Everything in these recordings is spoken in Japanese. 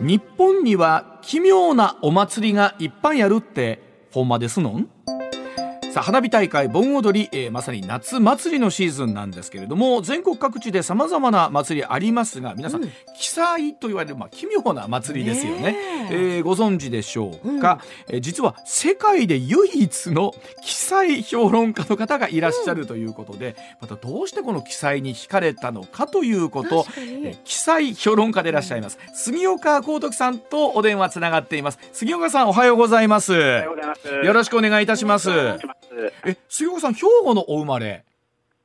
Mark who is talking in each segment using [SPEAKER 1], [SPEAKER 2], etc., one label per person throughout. [SPEAKER 1] 日本には奇妙なお祭りがいっぱいあるってほんまですのんさあ花火大会盆踊り、えーまさに夏祭りのシーズンなんですけれども全国各地でさまざまな祭りありますが皆さん、
[SPEAKER 2] うん
[SPEAKER 1] 奇祭と言われる、まあ、奇妙な祭りですよね
[SPEAKER 2] ね
[SPEAKER 1] え
[SPEAKER 2] え
[SPEAKER 1] ーご存知でしょうか、えー実は世界で唯一の奇祭評論家の方がいらっしゃるということで、またどうしてこの奇祭に惹かれたのかということ
[SPEAKER 2] 確か
[SPEAKER 1] え
[SPEAKER 2] に
[SPEAKER 1] ー記載評論家でいらっしゃいます杉岡幸徳さんとお電話つながっています杉岡さんおはようございます
[SPEAKER 3] おはよう
[SPEAKER 1] よ
[SPEAKER 3] ございます。
[SPEAKER 1] ろしくお願いいたします
[SPEAKER 3] お願いします
[SPEAKER 1] え杉岡さん兵庫のお生まれ、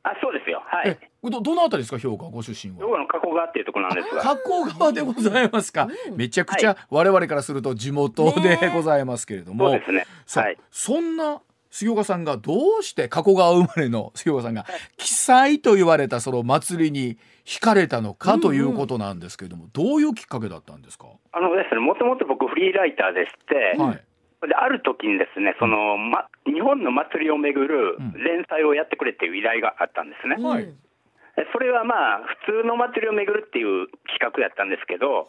[SPEAKER 3] あ、そうですよ。は
[SPEAKER 1] え
[SPEAKER 3] い。
[SPEAKER 1] どどのあたりですか兵庫はご出身
[SPEAKER 3] 僕
[SPEAKER 1] は
[SPEAKER 3] の加古川っていうところなんですが。
[SPEAKER 1] 加古川でございますか、
[SPEAKER 2] うん
[SPEAKER 1] めちゃくちゃ我々からすると地元で
[SPEAKER 2] ねえ
[SPEAKER 1] ございますけれども、
[SPEAKER 3] そうですね。
[SPEAKER 1] さ
[SPEAKER 3] はい。
[SPEAKER 1] そんな杉岡さんがどうして加古川生まれの杉岡さんが奇祭と言われたその祭りに惹かれたのかということなんですけれども、どういうきっかけだったんですか、
[SPEAKER 3] あのですね、もともと僕フリーライターでして、
[SPEAKER 1] はい
[SPEAKER 3] である時にですね、その、ま、日本の祭りをめぐる
[SPEAKER 1] うん
[SPEAKER 3] 連載をやってくれっていう依頼があったんですね。
[SPEAKER 1] はい
[SPEAKER 2] うん
[SPEAKER 3] でそれはまあ、普通の祭りをめぐるっていう企画やったんですけど、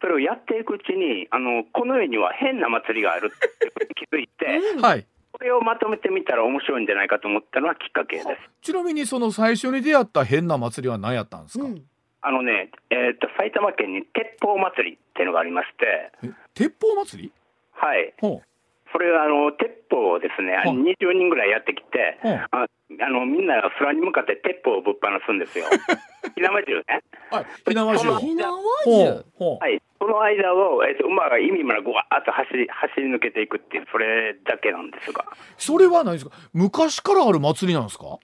[SPEAKER 3] それをやっていくうちに、あの、この世には変な祭りがあるっていうことに気づい て、
[SPEAKER 1] はい
[SPEAKER 3] これをまとめてみたら面白いんじゃないかと思ったのはきっかけです。
[SPEAKER 1] ちなみにその最初に出会った変な祭りは何やったんですか、
[SPEAKER 2] うん
[SPEAKER 3] あのね、えっ、と、埼玉県に鉄砲祭りっていうのがありまして、
[SPEAKER 1] え鉄砲祭り
[SPEAKER 3] はい、
[SPEAKER 1] ほ
[SPEAKER 3] それはあの鉄砲をですね、
[SPEAKER 1] はい
[SPEAKER 3] 20人ぐらいやってきて、
[SPEAKER 1] はい
[SPEAKER 3] ああのみんな空に向かって鉄砲をぶっ放すんで すよ。ひなまじゅうね。
[SPEAKER 1] うはい火縄銃
[SPEAKER 3] その
[SPEAKER 1] ほ
[SPEAKER 2] 火縄
[SPEAKER 1] う
[SPEAKER 2] 銃
[SPEAKER 1] ほう、
[SPEAKER 3] はい、その間を、えっと馬が意味までぐわーっと走り走り抜けていくっていう、それだけなんですが、
[SPEAKER 1] それは何ですか昔からある祭りなんですかは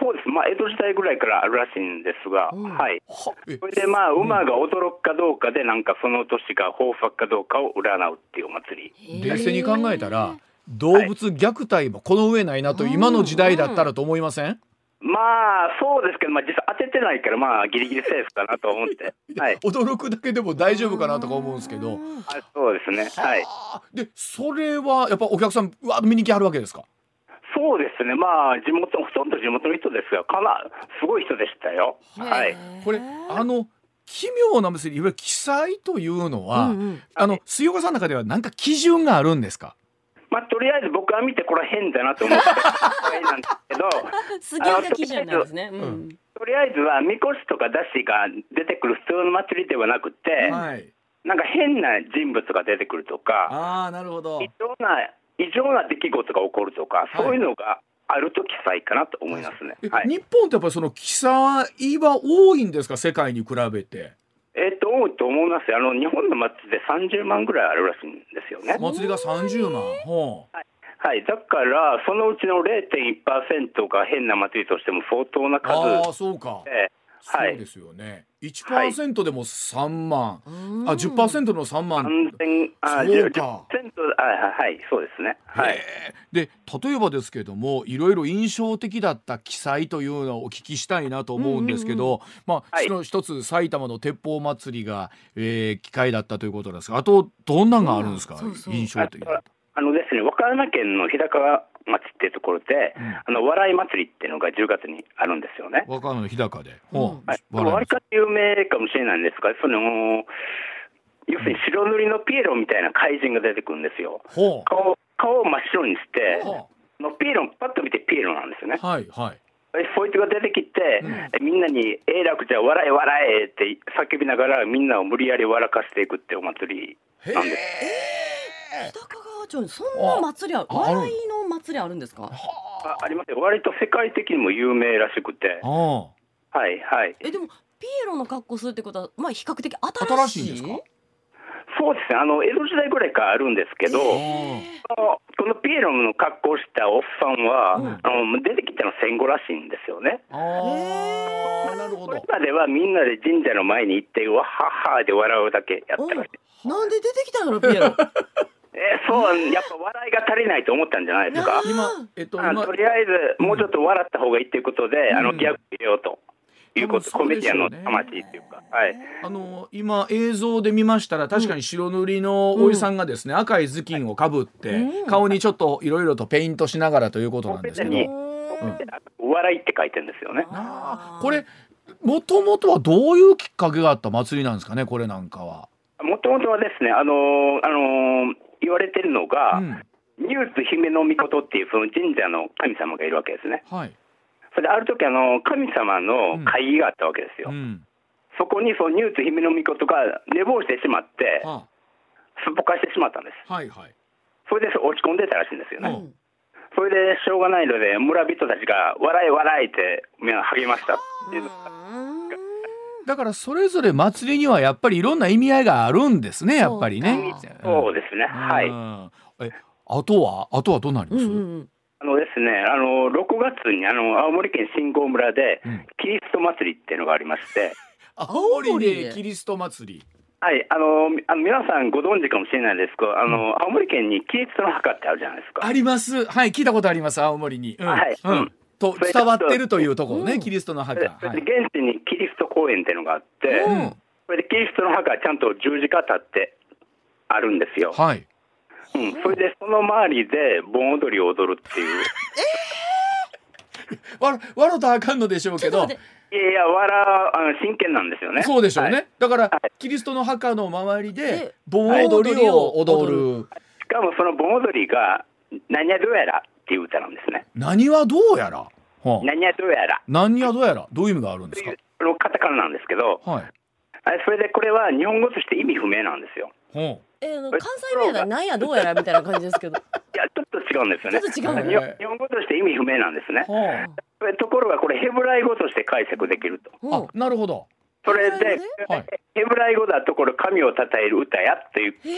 [SPEAKER 3] そうです、まあ、江戸時代ぐらいからあるらしいんですが、
[SPEAKER 2] うん
[SPEAKER 3] はい、
[SPEAKER 1] え
[SPEAKER 3] それでまあ、馬が驚くかどうかで、なんかその年が豊作かどうかを占うっていうお祭り。
[SPEAKER 1] 冷静に考えたら動物虐待もこの上ないなという今の時代だったらと思いません、
[SPEAKER 3] まあ、そうですけど、まあ、実は当ててないから、まあ、ギリギリセーフかなと思 って、はい、
[SPEAKER 1] 驚くだけでも大丈夫かなとか思うんですけど
[SPEAKER 3] あそうですね、はい。
[SPEAKER 1] あーでそれはやっぱお客さんうわーっと見に来はるわけですか
[SPEAKER 3] そうですね、まあ、地元、ほとんど地元の人ですが、かな、すごい人でしたよ。はい。
[SPEAKER 1] これあの奇妙な祭りいわゆる記載というのは、
[SPEAKER 2] うんうん
[SPEAKER 1] あの水岡さんの中では何か基準があるんですか
[SPEAKER 3] まあ、とりあえず僕は見て、これは変だなと思って、はいなんですけ ど、
[SPEAKER 2] 杉岡基準なんですね。うんん。
[SPEAKER 3] とりあえずは、みこしとか出しが出てくる普通の祭りではなくて、
[SPEAKER 1] はい。
[SPEAKER 3] なんか変な人物が出てくるとか、
[SPEAKER 1] ああ、なるほど
[SPEAKER 3] 異。常な、異常な出来事が起こるとか、そういうのがあると記載かなと思いますね。
[SPEAKER 1] え
[SPEAKER 3] はい。
[SPEAKER 1] 日本ってやっぱりその記載は多いんですか、世界に比べて。
[SPEAKER 3] えっと、多いと思いますよあの、日本の祭りで30万ぐらいあるらしいんですよね。
[SPEAKER 1] 祭りが三十万。ほう
[SPEAKER 3] はい、だから、そのうちの0.1%が変な祭りとしても相当な
[SPEAKER 1] あ
[SPEAKER 3] 数
[SPEAKER 1] あ、そうか。
[SPEAKER 3] で、は
[SPEAKER 1] そう
[SPEAKER 3] い
[SPEAKER 1] で、すよね。一パ
[SPEAKER 3] はい
[SPEAKER 1] ーセントでも三万。
[SPEAKER 2] うん
[SPEAKER 1] あ、十パーセントの三万。
[SPEAKER 3] 安全、
[SPEAKER 1] そ
[SPEAKER 3] あ
[SPEAKER 1] う
[SPEAKER 3] 10%
[SPEAKER 1] か
[SPEAKER 3] あはい、そうですね。はい、
[SPEAKER 1] へーで例えばですけれどもいろいろ印象的だった記載というのをお聞きしたいなと思うんですけど、まあ、
[SPEAKER 3] はい
[SPEAKER 1] その一つ埼玉の鉄砲祭りが、えー、機会だったということなんですがあとどんなんがあるんですか、
[SPEAKER 2] うんそうそう
[SPEAKER 1] 印象的だっ
[SPEAKER 3] あのですね、和歌山県の日高町っていうところで、あの笑い祭りっていうのが10月にあるんですよね
[SPEAKER 1] た。若菜の日高で、
[SPEAKER 2] う
[SPEAKER 1] ほ
[SPEAKER 2] ん
[SPEAKER 1] う
[SPEAKER 3] はい、
[SPEAKER 1] 笑い
[SPEAKER 3] わりかし有名かもしれないんですが、その要するに白塗りのピエロみたいな怪人が出てくるんですよ。
[SPEAKER 1] ほう
[SPEAKER 3] 顔顔を真っ白にして、
[SPEAKER 1] ほ
[SPEAKER 3] のピエロ、パッと見てピエロなんですよね
[SPEAKER 1] う。はいはい
[SPEAKER 3] そいつが出てきて、みんなに「え楽じゃ笑え笑え」って叫びながらみんなを無理やり笑かしていくっていうお祭り
[SPEAKER 1] へ
[SPEAKER 3] なんで
[SPEAKER 1] え
[SPEAKER 2] 北川町にそんな祭りある
[SPEAKER 1] あ
[SPEAKER 2] 笑いの祭りあるんですか。
[SPEAKER 3] あありますよ割と世界的にも有名らしくて
[SPEAKER 1] あ
[SPEAKER 3] はいはい
[SPEAKER 2] えでもピエロの格好するってことはまあ比較的
[SPEAKER 1] 新
[SPEAKER 2] 新
[SPEAKER 1] し
[SPEAKER 2] し
[SPEAKER 1] い
[SPEAKER 2] い
[SPEAKER 1] んですか
[SPEAKER 3] そうですねあの江戸時代ぐらいからあるんですけど、
[SPEAKER 1] あー
[SPEAKER 3] このこのピエロの格好をしたおっさんは、
[SPEAKER 2] うん
[SPEAKER 3] あの出てきたの戦後らしいんですよね
[SPEAKER 1] あーなるほ
[SPEAKER 3] これ
[SPEAKER 1] ど
[SPEAKER 3] まではみんなで神社の前に行ってわっはっはで笑うだけやったらしい、
[SPEAKER 2] うんなんで出てきたんだろうピエ ロ。
[SPEAKER 3] えーそうやっぱ笑いが足りないと思ったんじゃないですか
[SPEAKER 1] 今えっと
[SPEAKER 3] あ
[SPEAKER 1] 今
[SPEAKER 3] とりあえず、もうちょっと笑った方がいいということで、
[SPEAKER 1] ん
[SPEAKER 3] あのギャグ入れようということ、
[SPEAKER 1] 多分そ
[SPEAKER 3] コ
[SPEAKER 1] う
[SPEAKER 3] メ
[SPEAKER 1] で
[SPEAKER 3] デ
[SPEAKER 1] し
[SPEAKER 3] ィア
[SPEAKER 1] ょうね
[SPEAKER 3] ンの魂っていうか、はい、
[SPEAKER 1] あの今映像で見ましたら確かに白塗りのおじさんがですね、赤い頭巾をかぶって、
[SPEAKER 2] うん
[SPEAKER 1] 顔にちょっといろいろとペイントしながらということなんですけ
[SPEAKER 3] う
[SPEAKER 1] ど
[SPEAKER 3] んお笑いって書いてるんですよね。
[SPEAKER 1] あーこれもともとはどういうきっかけがあった祭りなんですかねこれなんかは。
[SPEAKER 3] もとともとはですね、あのあの言われてるのが、
[SPEAKER 1] うん
[SPEAKER 3] ニュース姫の御事っていうその神社の神様がいるわけですね。
[SPEAKER 1] はい。
[SPEAKER 3] それである時あの神様の会議があったわけです
[SPEAKER 1] う
[SPEAKER 3] よ。
[SPEAKER 1] ん。
[SPEAKER 3] そこにそのニュース姫の御事が寝坊してしまって、
[SPEAKER 1] は
[SPEAKER 3] すっぽかしてしまったんです。
[SPEAKER 1] あ、はいはい。
[SPEAKER 3] それで落ち込んでたらしいんです
[SPEAKER 1] う
[SPEAKER 3] よ
[SPEAKER 2] うん
[SPEAKER 3] ね。それでしょうがないので村人たちが笑い笑いってみんな励ましたっていうのが
[SPEAKER 1] だからそれぞれ祭りにはやっぱりいろんな意味合いがあるんですね、やっぱりね。
[SPEAKER 2] そうか
[SPEAKER 3] そうですね。はい。
[SPEAKER 1] い。え、あとはあとはどうなり
[SPEAKER 2] う
[SPEAKER 1] ま
[SPEAKER 2] ん
[SPEAKER 1] す？
[SPEAKER 2] うん
[SPEAKER 3] あのですね、あの6月にあの青森県新郷村で
[SPEAKER 1] うん
[SPEAKER 3] キリスト祭りっていうのがありまして、
[SPEAKER 1] 青
[SPEAKER 2] 青
[SPEAKER 1] 森
[SPEAKER 2] 森
[SPEAKER 1] で
[SPEAKER 2] で
[SPEAKER 1] キリスト祭り。
[SPEAKER 3] はい、あのみあの皆さんご存知かもしれないですけど、あの青森県にキリストの墓ってあるじゃないですか。
[SPEAKER 1] あります。はい、聞いたことあります。青森に。うん
[SPEAKER 3] はい
[SPEAKER 1] うん。と
[SPEAKER 3] それ
[SPEAKER 1] 伝わってるというところね、
[SPEAKER 2] うん
[SPEAKER 1] キリストの墓。
[SPEAKER 3] で
[SPEAKER 1] は
[SPEAKER 3] で
[SPEAKER 1] い。
[SPEAKER 3] 現地にキリスト公園っていうのがあって、
[SPEAKER 1] うん。
[SPEAKER 3] それでキリストの墓はちゃんと十字架立ってあるんですよ。
[SPEAKER 1] はい。
[SPEAKER 3] うん、それでその周りで盆踊りを踊るっていう。
[SPEAKER 1] わ、わろたらあかんのでしょうけ
[SPEAKER 2] ちょ
[SPEAKER 1] ど
[SPEAKER 2] っと待っ。
[SPEAKER 3] いやいや、わら、あの真剣なんですよね。
[SPEAKER 1] そうでしょうね。
[SPEAKER 3] はい
[SPEAKER 1] だから、
[SPEAKER 3] は
[SPEAKER 1] キリストの墓の周りで
[SPEAKER 2] で
[SPEAKER 1] 盆踊りを踊る。
[SPEAKER 3] しかもその盆踊りが、何やどうやらっていう歌なんですね。
[SPEAKER 1] 何はどうやら。はあ
[SPEAKER 3] 何やどうやら
[SPEAKER 1] 何はどうやら。どういう意味があるんで
[SPEAKER 3] と
[SPEAKER 1] す
[SPEAKER 3] いう
[SPEAKER 1] か。
[SPEAKER 3] このカタカナなんですけど、
[SPEAKER 1] はい。
[SPEAKER 3] あれそれでこれは日本語として意味不明なんですよ。
[SPEAKER 1] ほ
[SPEAKER 2] えーあの関西弁やったらなんやどうやらみたいな感じですけど。
[SPEAKER 3] いや、ちょっと違うんですよね。
[SPEAKER 2] ち
[SPEAKER 1] ょっと違うんだ
[SPEAKER 3] 日本日本語として意味不明なんですね
[SPEAKER 1] う。。は
[SPEAKER 3] それところがこれヘブライ語として解釈できると。
[SPEAKER 1] あ。あ、なるほど。
[SPEAKER 3] それ
[SPEAKER 2] ヘ
[SPEAKER 3] で
[SPEAKER 2] ブライ語
[SPEAKER 1] はい。
[SPEAKER 3] ヘブライ語だとこれ神を称える歌やという
[SPEAKER 2] えー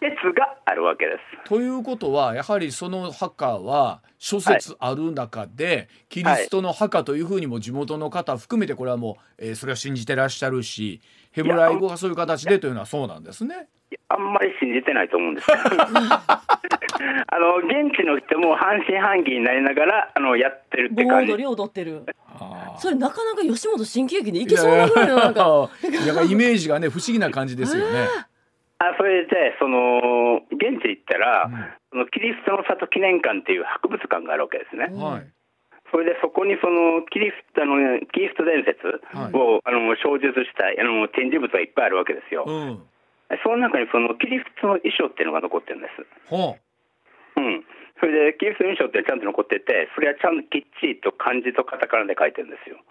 [SPEAKER 3] 説があるわけです。
[SPEAKER 1] ということはやはりその墓は諸説ある中で、キリストの墓というふうにも地元の方含めてこれはもう、えーそれは信じてらっしゃるしヘブライ語がそういう形でというのはそうなんですね。
[SPEAKER 3] いやあんまり信じてないと思うん です。あの現地の人も半信半疑になりながらあのやってるって
[SPEAKER 2] 盆
[SPEAKER 3] 感じ。
[SPEAKER 2] 踊りを踊ってる。
[SPEAKER 1] あー
[SPEAKER 2] それなかなか吉本新喜劇でいけそうなぐらいのなんか。
[SPEAKER 1] いやいやいやイメージがね不思議な感じですよね。
[SPEAKER 3] あそれでその現地行ったら、
[SPEAKER 1] うん
[SPEAKER 3] そのキリストの里記念館っていう博物館があるわけですね。
[SPEAKER 2] うん
[SPEAKER 1] はい。
[SPEAKER 3] それでそこにそのキリストあのキリスト伝説を、あの小述したあの展示物がいっぱいあるわけですよ、
[SPEAKER 1] うん。
[SPEAKER 3] その中にそのキリストの衣装っていうのが残ってるんです、
[SPEAKER 1] ほ
[SPEAKER 3] うん、それでキリストの衣装ってちゃんと残っててそれはちゃんときっちりと漢字とカタカナで書いてるんですよ
[SPEAKER 1] う。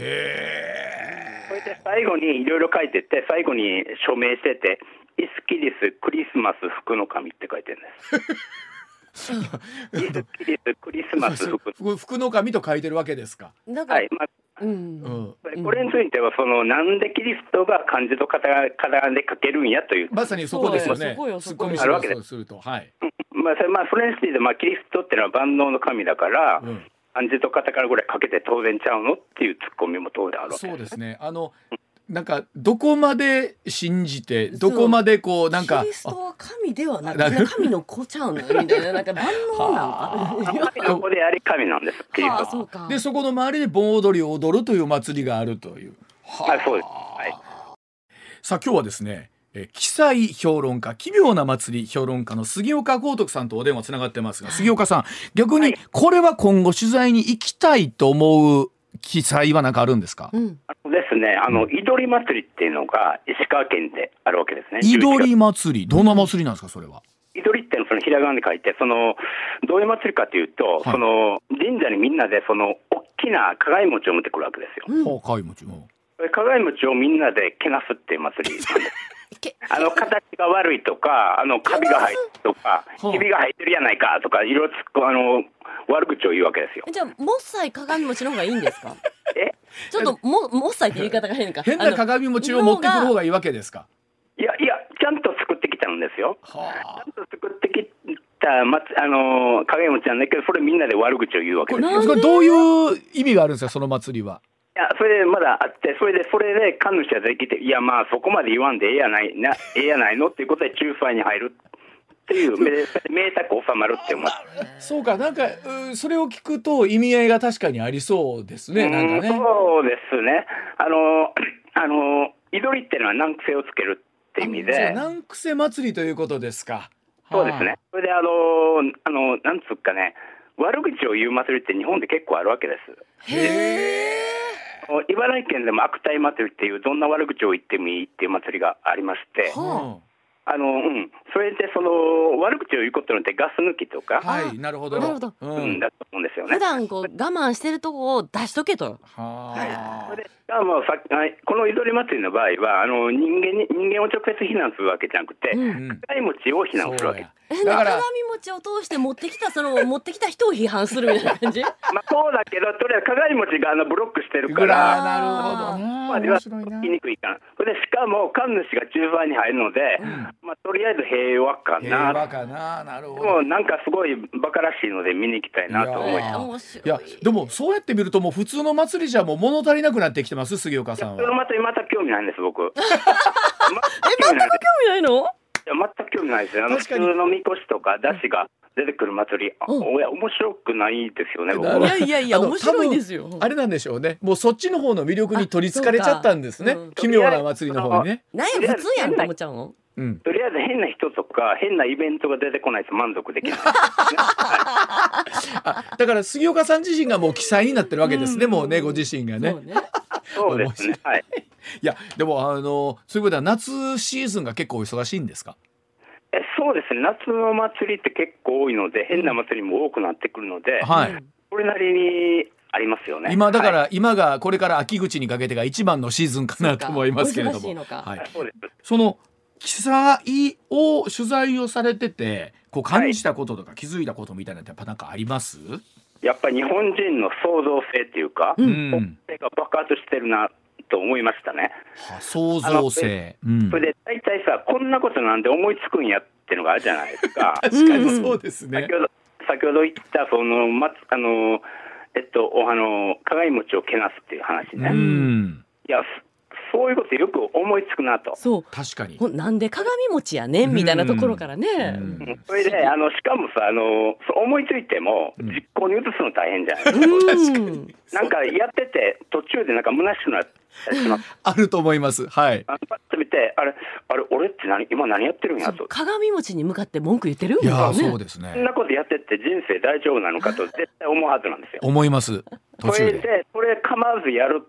[SPEAKER 1] へ
[SPEAKER 3] それで最後にいろいろ書いてって最後に署名しててイスキリスクリスマス福の神って書いてる んですイスキリスクリスマス福
[SPEAKER 1] え。福の神と書いてるわけですか。
[SPEAKER 2] なんか
[SPEAKER 3] はい、まあ
[SPEAKER 2] うん
[SPEAKER 1] う。ん。
[SPEAKER 3] これについてはそのなんでキリストが漢字とカタカナで書けるんやという、
[SPEAKER 1] まさにそこですよね。
[SPEAKER 2] そうよ
[SPEAKER 1] ツ
[SPEAKER 2] そ
[SPEAKER 1] ッコ
[SPEAKER 2] こ
[SPEAKER 1] ミ
[SPEAKER 2] よ
[SPEAKER 1] し
[SPEAKER 3] そこよ
[SPEAKER 1] ろするとはい。
[SPEAKER 3] まあそれまあ、それについてまあキリストってのは万能の神だから、
[SPEAKER 1] うん。
[SPEAKER 3] 漢字とカタカナぐらい書けて当然ちゃうのっていうツッコミも当然あるわけ
[SPEAKER 1] そうですね。あのなんかどこまで信じてどこまでこうなんか
[SPEAKER 2] キリストは神ではな
[SPEAKER 1] あなる
[SPEAKER 2] く神の子ちゃうのみたいななんか万能なんか。
[SPEAKER 3] 神の子であり神なんです、キリス
[SPEAKER 2] は
[SPEAKER 3] ト
[SPEAKER 2] あそうか。
[SPEAKER 1] でそこの周りで盆踊りを踊るという祭りがあるという。
[SPEAKER 3] は。はい、そうです。はい、
[SPEAKER 1] さあ今日はですね。え記載評論家奇妙な祭り評論家の杉岡豪徳さんとお電話つながってますが杉岡さん逆
[SPEAKER 3] は
[SPEAKER 1] に
[SPEAKER 3] い
[SPEAKER 1] これは今後取材に行きたいと思う記載は何かあるんですか
[SPEAKER 2] うん。
[SPEAKER 3] あのですね、あの、いどり祭りっていうのが石川県であるわけですね。
[SPEAKER 1] いど
[SPEAKER 3] 11
[SPEAKER 1] り祭りどんな祭りなんですかそれは
[SPEAKER 3] 月いどりっていうのはそのひらがなで書いて、その、どういう祭りかというと、
[SPEAKER 1] はい
[SPEAKER 3] その、神社にみんなでその、大きな鏡餅を持ってくるわけですよ。
[SPEAKER 2] うん
[SPEAKER 1] ほう貝餅も
[SPEAKER 3] 鏡餅をみんなでけなすっていう祭りなんで す
[SPEAKER 2] け
[SPEAKER 3] あの形が悪いとかあのカビが入ってるとか
[SPEAKER 1] ほう
[SPEAKER 3] ひびが入ってるやないかとかいろいろつっこあの悪口を言うわけですよ
[SPEAKER 2] じゃあもっさい鏡餅の方がいいんで すか。
[SPEAKER 3] え
[SPEAKER 2] ちょっとももっさいって言い方が変か。
[SPEAKER 1] 変な鏡餅を持ってくる方がいいわけですか
[SPEAKER 3] いやいやちゃんと作ってきたんですよ
[SPEAKER 1] はあ
[SPEAKER 3] ちゃんと作ってきた、まつ、あの影餅なんだけどそれみんなで悪口を言うわけ
[SPEAKER 1] こ
[SPEAKER 3] です
[SPEAKER 1] れ
[SPEAKER 3] よ
[SPEAKER 2] なん
[SPEAKER 1] こ
[SPEAKER 2] で
[SPEAKER 1] れどういう意味があるんですかその祭りはい
[SPEAKER 3] やそれでまだあってそれでそれで神主ができていやまあそこまで言わんでええやないなええやないのっていうことで仲裁に入るっ ていうめで名作収まるって思って
[SPEAKER 1] そうかなんかうんそれを聞くと意味合いが確かにありそうですねなんか
[SPEAKER 3] う
[SPEAKER 1] ね
[SPEAKER 3] んそうですね。あの、あの、いどりっていうのは難癖をつけるって意味
[SPEAKER 1] そう
[SPEAKER 3] で、
[SPEAKER 1] 難癖祭りということですか
[SPEAKER 3] そうですね。それで、あの、あの、なんつうかね、悪口を言う祭りって日本で結構あるわけです。
[SPEAKER 1] へえ
[SPEAKER 3] の茨城県でも悪態祭りっていうどんな悪口を言ってもいいっていう祭りがありまして、
[SPEAKER 2] は
[SPEAKER 3] あのうん、それでその悪口を言うことによってガス抜きとか、
[SPEAKER 1] はい、なるほど。
[SPEAKER 2] なるほど
[SPEAKER 1] う
[SPEAKER 3] うん、
[SPEAKER 1] ん。
[SPEAKER 3] だと思うんですよね
[SPEAKER 2] 普。段こう我慢してるとこを出しとけと。
[SPEAKER 1] は
[SPEAKER 3] それがもうさはいこの踊り祭りの場合はあの人間に人間を直接非難するわけじゃなくて、
[SPEAKER 2] うん
[SPEAKER 1] あ。うん。
[SPEAKER 3] 使い持ちを非難するわ
[SPEAKER 1] そう
[SPEAKER 3] けで
[SPEAKER 1] や
[SPEAKER 2] え、
[SPEAKER 1] だ
[SPEAKER 2] な
[SPEAKER 1] か
[SPEAKER 2] 鏡
[SPEAKER 1] ら
[SPEAKER 2] 餅を通して持ってきたその持ってきた人を批判するみたいな感じ。
[SPEAKER 3] す。まあ、そうだけど、とりあえず鏡餅があのブロックしてる
[SPEAKER 1] ぐ
[SPEAKER 3] からら、
[SPEAKER 1] なるほど
[SPEAKER 3] ま
[SPEAKER 1] な。
[SPEAKER 3] あ、では
[SPEAKER 1] 面
[SPEAKER 3] 聞
[SPEAKER 1] 白いな。
[SPEAKER 3] きにくいかな。それでしかも、神主が中盤に入るので、まあ、とりあえず平和か
[SPEAKER 1] 平和
[SPEAKER 3] な。
[SPEAKER 1] かな。なるほ
[SPEAKER 3] で
[SPEAKER 1] ど。
[SPEAKER 3] も、なんかすごいバカらしいので、見に行きたいなと思い
[SPEAKER 1] い
[SPEAKER 3] ます。
[SPEAKER 1] やー
[SPEAKER 2] 面白
[SPEAKER 1] い
[SPEAKER 2] い
[SPEAKER 1] やでもそうやって見るともう普通の祭りじゃもう物足りなくなってきてます杉岡さん
[SPEAKER 3] その
[SPEAKER 1] は。
[SPEAKER 3] また、また興味ないんで す、僕。全
[SPEAKER 2] 興味な
[SPEAKER 3] く興味ないです。
[SPEAKER 2] いの？
[SPEAKER 3] いや全く興味ないですね。あの普
[SPEAKER 1] 確かに
[SPEAKER 3] 通のみこしとか、だしが出てくる祭り、あ
[SPEAKER 2] うん
[SPEAKER 3] おや、面白くないですよね、僕
[SPEAKER 1] なるほど
[SPEAKER 2] いやいやいや
[SPEAKER 1] あの
[SPEAKER 2] 面白いですよ
[SPEAKER 1] 多分あれなんでしょうねもうそっちの方の魅力に取りつかれちゃったんですね、
[SPEAKER 2] あそうかうん
[SPEAKER 1] 奇妙な祭りの方にね。
[SPEAKER 2] なんや普通やんと思っちゃうの？
[SPEAKER 1] うん、
[SPEAKER 3] とりあえず変な人とか、変なイベントが出てこないと満足で きない。
[SPEAKER 1] あだから杉岡さん自身がもう記載になってるわけですね、
[SPEAKER 2] うん
[SPEAKER 1] もうねご自身がね
[SPEAKER 2] そう。ね。
[SPEAKER 3] そうですね。はい。
[SPEAKER 1] いやでもあのそういうことは夏シーズンが結構お忙しいんですか
[SPEAKER 3] えそうですね、夏の祭りって結構多いので、変な祭りも多くなってくるので、
[SPEAKER 1] はい、
[SPEAKER 3] それなりにありますよね。
[SPEAKER 1] 今だか
[SPEAKER 3] は
[SPEAKER 1] ら、今がこれから秋口にかけてが一番のシーズンかなと思いますけれど
[SPEAKER 2] そうかお忙しい
[SPEAKER 1] も
[SPEAKER 2] のか
[SPEAKER 1] はい
[SPEAKER 3] い、、そうです
[SPEAKER 1] その記載を取材をされててこう感じたこととか気づいたことみたいなのってやっぱなんかあります、
[SPEAKER 3] やっぱり日本人の創造性っていうか、
[SPEAKER 1] う、
[SPEAKER 2] うん
[SPEAKER 3] 性が爆発してるなと思いましたね。
[SPEAKER 1] は創造性、うん、
[SPEAKER 3] それで大体さ、こんなことなんで思いつくんやってのがあるじゃないです か。
[SPEAKER 1] 確かにそうですね
[SPEAKER 3] 先、ほど先ほど言ったその、ま、あのえっとおあの鏡餅をけなすっていう話
[SPEAKER 1] う
[SPEAKER 3] ね、い
[SPEAKER 1] ん、
[SPEAKER 3] やそそういうことよく思いつくなと、
[SPEAKER 2] そう。
[SPEAKER 1] 確かに、
[SPEAKER 2] ほんなんで鏡餅やねんみたいなところからね。
[SPEAKER 1] うん
[SPEAKER 3] うんそれであのしかもさあのそう思いついても
[SPEAKER 1] うん
[SPEAKER 3] 実行に移すの大変じゃない、
[SPEAKER 2] うん。
[SPEAKER 3] なんかやってて途中でなんか虚しくなってしま って
[SPEAKER 1] あると思いますはい
[SPEAKER 3] あのパッと見てあれあれ俺って何今何やってるんやと
[SPEAKER 2] 鏡餅に向かって文句言ってる
[SPEAKER 1] いやー
[SPEAKER 2] みたいな
[SPEAKER 1] そう
[SPEAKER 2] ね
[SPEAKER 1] ですね
[SPEAKER 3] そんなことやってって人生大丈夫なのかと絶対思うはずなんですよ
[SPEAKER 1] 思います途
[SPEAKER 3] それ
[SPEAKER 1] 中で
[SPEAKER 3] でそれ構わずやる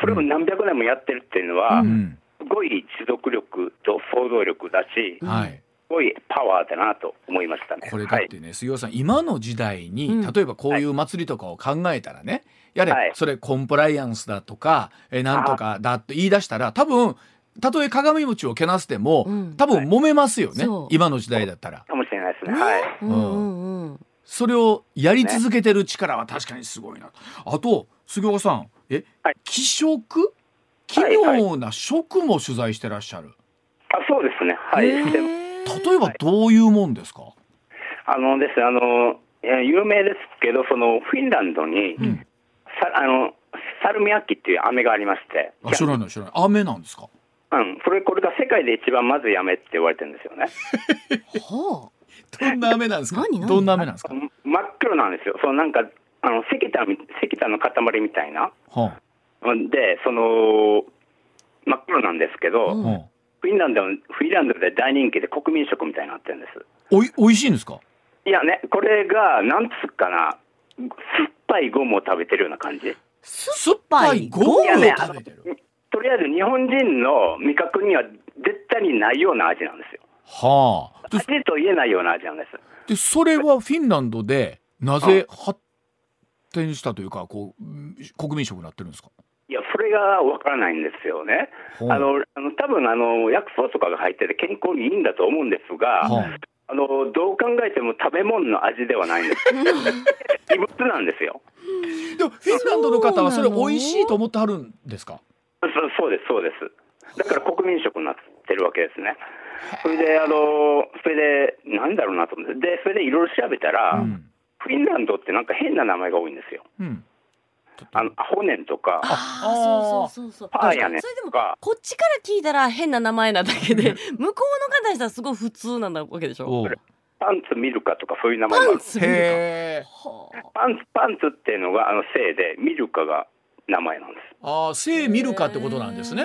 [SPEAKER 3] それを何百年もやってるっていうのは、
[SPEAKER 1] うん、
[SPEAKER 3] すごい持続力と想像力だし、す
[SPEAKER 1] はい
[SPEAKER 3] ごいパワーだなと思いましたね。
[SPEAKER 1] これだっ
[SPEAKER 3] はい、
[SPEAKER 1] てね、杉尾さん今の時代に、
[SPEAKER 2] うん
[SPEAKER 1] 例えばこういう祭りとかを考えたらねやれ、
[SPEAKER 3] はい
[SPEAKER 1] それコンプライアンスだとかえなんとかだって言い出したら多分たとえ鏡餅をけなしても、
[SPEAKER 2] うん
[SPEAKER 1] 多分揉めますよね、
[SPEAKER 2] そう
[SPEAKER 1] 今の時代だったら。
[SPEAKER 3] かもしれないですね。
[SPEAKER 2] ね
[SPEAKER 3] はい。
[SPEAKER 2] うんうんうん。
[SPEAKER 1] それをやり続けてる力は確かにすごいな。あと杉岡さんえ、
[SPEAKER 3] はい
[SPEAKER 1] 気色奇
[SPEAKER 3] はいはい
[SPEAKER 1] 妙な食も取材してらっしゃる、
[SPEAKER 3] あ、そうですね。はい。
[SPEAKER 2] へー
[SPEAKER 3] で
[SPEAKER 1] 例えばどういうもんですか、
[SPEAKER 3] あのですね、あの、えー有名ですけど、そのフィンランドに、
[SPEAKER 1] うん
[SPEAKER 3] さあの、サルミアッキっていう飴がありまして、
[SPEAKER 1] あ知らない知らない雨なんですか
[SPEAKER 3] うん、それこれが世界で一番まずい飴って言われてるんですよね。
[SPEAKER 2] は
[SPEAKER 1] どんな雨なんですか
[SPEAKER 2] 何何
[SPEAKER 1] どんな雨なんですか、
[SPEAKER 3] 真っ黒なんですよ。そのなんか、あの石炭み石炭の塊みたい
[SPEAKER 1] は
[SPEAKER 3] な。
[SPEAKER 1] あ
[SPEAKER 3] で、その真っ黒なんですけど、
[SPEAKER 2] うん
[SPEAKER 1] うん
[SPEAKER 3] フィンランドのフィンランドで大人気で国民食みたいになってるんです。
[SPEAKER 1] おい、美味しいんですか。
[SPEAKER 3] いやね、これが、なんつうかな、酸っぱいゴムを食べてるような感じ。
[SPEAKER 1] 酸っ
[SPEAKER 2] ぱい
[SPEAKER 1] ゴムを
[SPEAKER 3] いやねあ
[SPEAKER 1] 食
[SPEAKER 3] の
[SPEAKER 1] べてる。
[SPEAKER 3] とりあえず日本人の味覚には絶対にないような味なんですよ。
[SPEAKER 1] はあ。で、
[SPEAKER 3] 味と言えないような味なんです。
[SPEAKER 1] でそれはフィンランドで、なぜ発展したというか、こう、うん国民食になってるんですか。
[SPEAKER 3] いや、それがわからないんですよね。
[SPEAKER 1] ほう
[SPEAKER 3] あの、あの多分あの薬草とかが入ってて健康にいいんだと思うんですが、
[SPEAKER 1] は
[SPEAKER 3] あのどう考えても食べ物の味ではないんです。異物なんですよ。
[SPEAKER 1] あ。でも、フィンランドの方はそれ
[SPEAKER 2] そうなの
[SPEAKER 1] 美味しいと思ってはるんですか。
[SPEAKER 3] そそうです、そうです。だから国民食になってるわけですね。それで、あの、それで、なんだろうなと思って、で、それでいろいろ調べたら、
[SPEAKER 1] うん。
[SPEAKER 3] フィンランドってなんか変な名前が多いんですよ。
[SPEAKER 1] うん。ちょっと
[SPEAKER 3] あの、アホネンとか、
[SPEAKER 2] ああ、そうそうそうそう。
[SPEAKER 3] パーやねん
[SPEAKER 2] それでも
[SPEAKER 3] とか、
[SPEAKER 2] こっちから聞いたら変な名前なだけで、 向こうの方にしたらすごい普通なんだわけでしょ。
[SPEAKER 1] おう
[SPEAKER 3] パンツミルカとかそういう名前もあ
[SPEAKER 2] パ
[SPEAKER 3] る
[SPEAKER 2] ンツ見る
[SPEAKER 1] へえ。
[SPEAKER 2] か。は
[SPEAKER 3] パンツ、パンツっていうのが、あの、せいで、ミルカが名前なんです。
[SPEAKER 1] ああ、
[SPEAKER 2] あ
[SPEAKER 1] 性見るかってことなんですね。。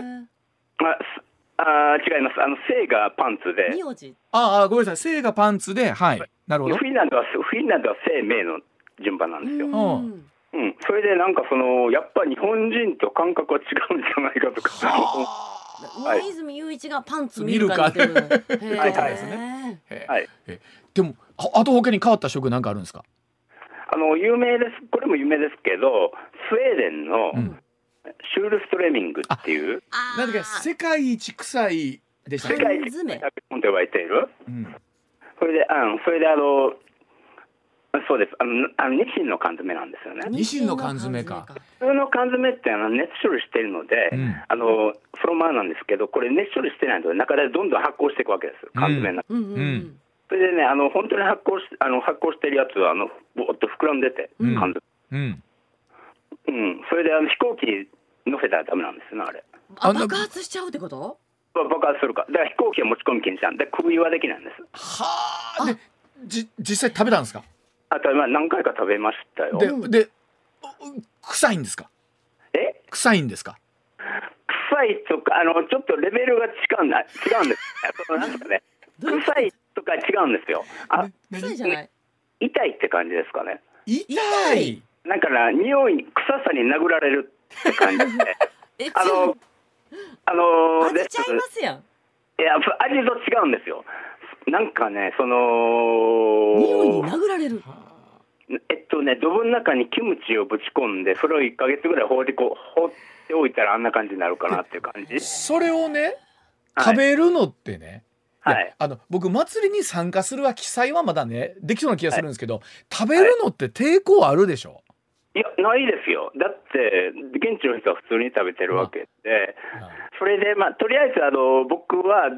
[SPEAKER 3] あ、すあー違います。あの、せいがパンツで、
[SPEAKER 2] 名字。
[SPEAKER 1] あーあー、ごめんなさい。性がパンツで、はい。なる
[SPEAKER 3] フ
[SPEAKER 1] ほど。
[SPEAKER 3] ィンランドは、フィンランドは生命の順番なんですよ。
[SPEAKER 1] ん
[SPEAKER 3] ううん、それでなんかそのやっぱ日本人と感覚は違うんじゃないかとか、はい
[SPEAKER 2] 大泉雄一がパンツ見るかっていう。
[SPEAKER 3] はいはい
[SPEAKER 1] です
[SPEAKER 2] ね。
[SPEAKER 1] へえ
[SPEAKER 3] はい、
[SPEAKER 1] えでもああと他に変わった職なんかあるんですか
[SPEAKER 3] あの有名ですこれも有名ですけどスウェーデンの
[SPEAKER 1] ん
[SPEAKER 3] シュールストレミングっていう、
[SPEAKER 2] あー
[SPEAKER 1] なんだっけ世界一臭いでしたっ
[SPEAKER 3] 世
[SPEAKER 1] け
[SPEAKER 3] 界一
[SPEAKER 2] 缶詰
[SPEAKER 3] 食べ物と呼ばれている
[SPEAKER 1] うん
[SPEAKER 3] それであのそれであのそうですあのあのニシンの缶詰なんですよね
[SPEAKER 1] ニシンの缶詰か
[SPEAKER 3] 普通の缶詰ってあの熱処理してるので、
[SPEAKER 1] うん
[SPEAKER 3] あのそのままなんですけどこれ熱処理してないので中でどんどん発酵していくわけです缶詰の
[SPEAKER 2] う
[SPEAKER 3] 中、
[SPEAKER 2] んうんうん。
[SPEAKER 3] それでねあの本当に発酵しあの発酵してるやつはあのぼーっと膨らんでて、
[SPEAKER 1] うん
[SPEAKER 3] 缶詰
[SPEAKER 1] うん
[SPEAKER 3] うん、それであの飛行機に乗せたらダメなんですよねあれ
[SPEAKER 1] あ
[SPEAKER 2] あ
[SPEAKER 1] な
[SPEAKER 2] 爆発しちゃうってこと？
[SPEAKER 3] ば爆発するからだから飛行機は持ち込み禁止なんで空輸はできないんです
[SPEAKER 1] はあでじ実際食べたんですか
[SPEAKER 3] あとはまあ何回か食べましたよ
[SPEAKER 1] で
[SPEAKER 2] うん
[SPEAKER 1] でう臭いんですか
[SPEAKER 3] え
[SPEAKER 1] 臭いんですか
[SPEAKER 3] 臭いとかあのちょっとレベルが違うんだ違うんですそのなんですかね
[SPEAKER 2] どういうこと
[SPEAKER 3] 臭いとか違うんですよあ
[SPEAKER 2] 臭いじゃない。
[SPEAKER 3] 痛いって感じですかね
[SPEAKER 1] 痛い
[SPEAKER 3] だから匂い臭さに殴られるって感じで
[SPEAKER 2] え、
[SPEAKER 3] あ
[SPEAKER 2] 違
[SPEAKER 3] の
[SPEAKER 2] う
[SPEAKER 3] あの
[SPEAKER 2] 当てちゃいますやん。
[SPEAKER 3] いや味と違うんですよなんかねそ
[SPEAKER 2] 匂いに
[SPEAKER 3] の
[SPEAKER 2] 殴られる。
[SPEAKER 3] えっとね、ドブの中にキムチをぶち込んで、それを1か月ぐらい放りこ放っておいたら、あんな感じになるかなっていう感じ。
[SPEAKER 1] それをね
[SPEAKER 3] はい
[SPEAKER 1] 食べるのってね、いや
[SPEAKER 3] はい
[SPEAKER 1] あの僕祭りに参加するは記載はまだねできそうな気がするんですけど、食べるのって抵抗あるでしょ、
[SPEAKER 3] いや、ないですよ。だって、現地の人は普通に食べてるわけで、それで、まあ、とりあえず、あの、僕は、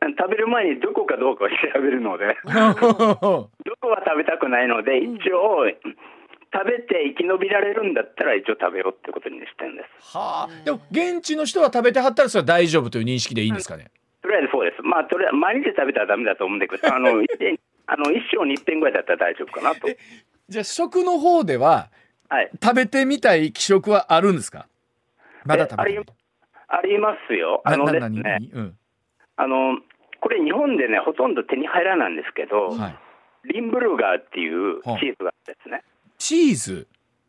[SPEAKER 3] 食べる前にどこかどうかを調べ るので、 どこは食べたくないので、一応、食べて生き延びられるんだったら、一応食べようってことにしてるんです。
[SPEAKER 1] はあ、でも現地の人は食べてはったらそれは大丈夫という認識でいいんですかね。
[SPEAKER 3] とりあえずそうです。まあ、とりあえず、毎日食べたらダメだと思うん だけど、あの、一点あの一生に一点ぐらいだったら大丈夫かなと。
[SPEAKER 1] じゃあ食の方では
[SPEAKER 3] はい。
[SPEAKER 1] 食べてみたい気食はあるんですか。まだ食べてみたい。
[SPEAKER 3] ありますよ。あ
[SPEAKER 1] な
[SPEAKER 3] の
[SPEAKER 1] な
[SPEAKER 3] です
[SPEAKER 1] 何
[SPEAKER 3] ね、
[SPEAKER 1] 何うん
[SPEAKER 3] あの、これ日本でね、ほとんど手に入らないんですけど、
[SPEAKER 1] はい。
[SPEAKER 3] リンブルガーっていうチーズがあるんですね。
[SPEAKER 1] チーズ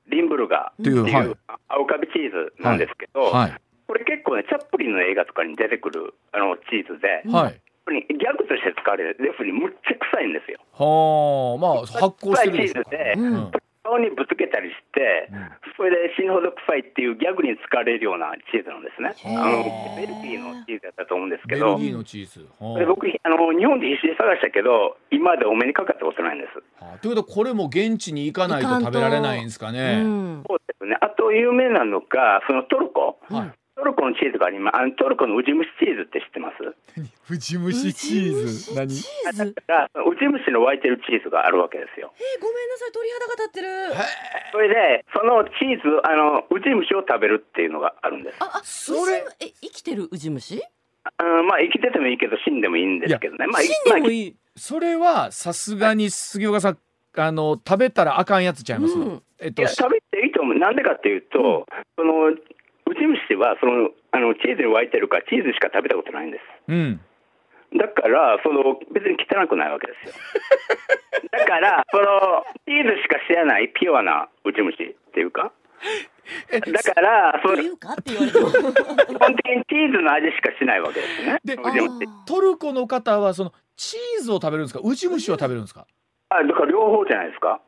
[SPEAKER 3] リンブルガーっ
[SPEAKER 1] という
[SPEAKER 3] てい
[SPEAKER 1] はいう
[SPEAKER 3] 青カビチーズなんですけど、
[SPEAKER 1] は
[SPEAKER 3] これ結構ね、チャップリンの映画とかに出てくるあのチーズで
[SPEAKER 1] い、はい。
[SPEAKER 3] これにギャグとして使われる、要するにむっちゃ臭いんですよ。
[SPEAKER 1] はあまあ発酵してるでしょうから。
[SPEAKER 3] う
[SPEAKER 1] うんん
[SPEAKER 3] 顔にぶつけたりして、
[SPEAKER 1] うん
[SPEAKER 3] それで死ぬほど臭いっていうギャグに使われるようなチーズなんですね。
[SPEAKER 1] へー
[SPEAKER 3] あのベルギーのチーズだったと思うんですけ
[SPEAKER 1] ベル
[SPEAKER 3] ど、
[SPEAKER 1] ギーのチーズ。はあ
[SPEAKER 3] で僕あの、日本で必死で探したけど、今までお目にかかったことないんです。
[SPEAKER 1] はあということはこれも現地に行かないと食べられないんですか
[SPEAKER 2] う
[SPEAKER 1] ね。
[SPEAKER 2] ん。
[SPEAKER 3] そうですね、あと有名なのが、そのトルコ、
[SPEAKER 1] はい。
[SPEAKER 3] トルコのチーズがあります、あのトルコのウジ虫チーズって知ってます
[SPEAKER 1] フジムシチーズ
[SPEAKER 2] 何？チーズ。えー、ごめんな
[SPEAKER 3] だからウジ虫の湧いてるチーズがあるわけですよ。
[SPEAKER 2] さい鳥肌が立ってる。
[SPEAKER 3] それで、そのチーズ、あのウジ虫を食べるっていうのがあるんです。
[SPEAKER 2] ああ、
[SPEAKER 1] そ
[SPEAKER 2] そ
[SPEAKER 1] れ
[SPEAKER 2] れえ生きてるウジ虫？
[SPEAKER 3] うんまあ、生きててもいいけど、死んでもいいんですけどね、まあ、
[SPEAKER 2] 死んでもいい。
[SPEAKER 1] それはさすがに杉岡さんあの食べたらあかんやつちゃいますの。
[SPEAKER 2] うん
[SPEAKER 1] えっ
[SPEAKER 3] い
[SPEAKER 1] と
[SPEAKER 3] や食べていいと思う、なんでかっていうと、そのウジ虫はそのあのチーズに沸いてるから、チーズしか食べたことないんです。
[SPEAKER 1] うん。
[SPEAKER 3] だから、その別に汚くないわけ ですよ。だから、そのチーズしか知らないピュアなウジ虫っていうか、だから、そ
[SPEAKER 2] っ
[SPEAKER 3] の
[SPEAKER 2] ていうかって言わ れても。
[SPEAKER 3] 基本的にチーズの味しかしないわけですね。
[SPEAKER 1] で
[SPEAKER 3] ウジ虫
[SPEAKER 2] あー
[SPEAKER 1] トルコの方はそのチーズを食べるんですか。ウジ虫を食べるんですか。
[SPEAKER 3] あだから両方じゃないですか。
[SPEAKER 1] は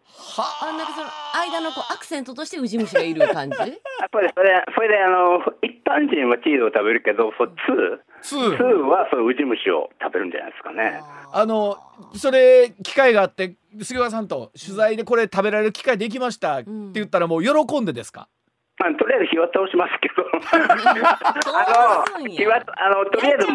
[SPEAKER 2] あなんかその間のこうアクセントとしてウジ虫がいる感じ。
[SPEAKER 3] やっぱりそれそれであの一般人はチーズを食べるけど、そう2、
[SPEAKER 1] つ
[SPEAKER 3] 2はそのウジ虫を食べるんじゃないですかね。
[SPEAKER 1] あのそれ機会があって杉岡さんと取材でこれ食べられる機会できましたって言ったらもう喜んでですか。
[SPEAKER 3] まあ、とりあえず火は倒しますけど、 あ
[SPEAKER 2] あ
[SPEAKER 3] の火はあのとりあえず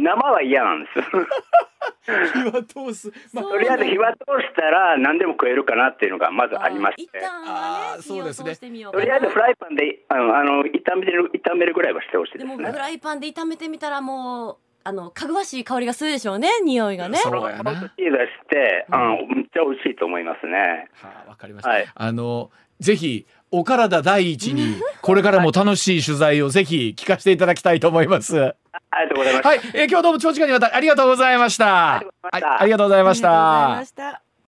[SPEAKER 3] 生は嫌なんです。
[SPEAKER 1] 火は通す。まあ
[SPEAKER 2] そう
[SPEAKER 3] とりあえず火は通したら何でも食えるかなっていうのがまずありまして
[SPEAKER 2] 一、旦は
[SPEAKER 1] あー
[SPEAKER 2] ね、
[SPEAKER 1] そうですね
[SPEAKER 2] 火を通してみようか
[SPEAKER 3] と
[SPEAKER 2] な
[SPEAKER 3] りあえずフライパンであのあの炒める炒めるぐらいはしてほしいで
[SPEAKER 2] ですもフ
[SPEAKER 3] ね。
[SPEAKER 2] ライパンで炒めてみたらもうあのかぐわしい香りがするでしょうね匂いがね
[SPEAKER 1] そう
[SPEAKER 3] ロ
[SPEAKER 1] や
[SPEAKER 3] ッ
[SPEAKER 1] な
[SPEAKER 3] ト。チーズして、うん、めっちゃ美味しいと思いますね。
[SPEAKER 1] はあわかりました。
[SPEAKER 3] はい、
[SPEAKER 1] あのぜひお体第一にこれからも楽しい取材をぜひ聞かせていただきたいと思います。
[SPEAKER 3] ありがとうございました。
[SPEAKER 1] はい、えー今日はどうも長時間にわたりありがとうございました。
[SPEAKER 3] ありがとうございました
[SPEAKER 1] はいありがとうございました。
[SPEAKER 2] した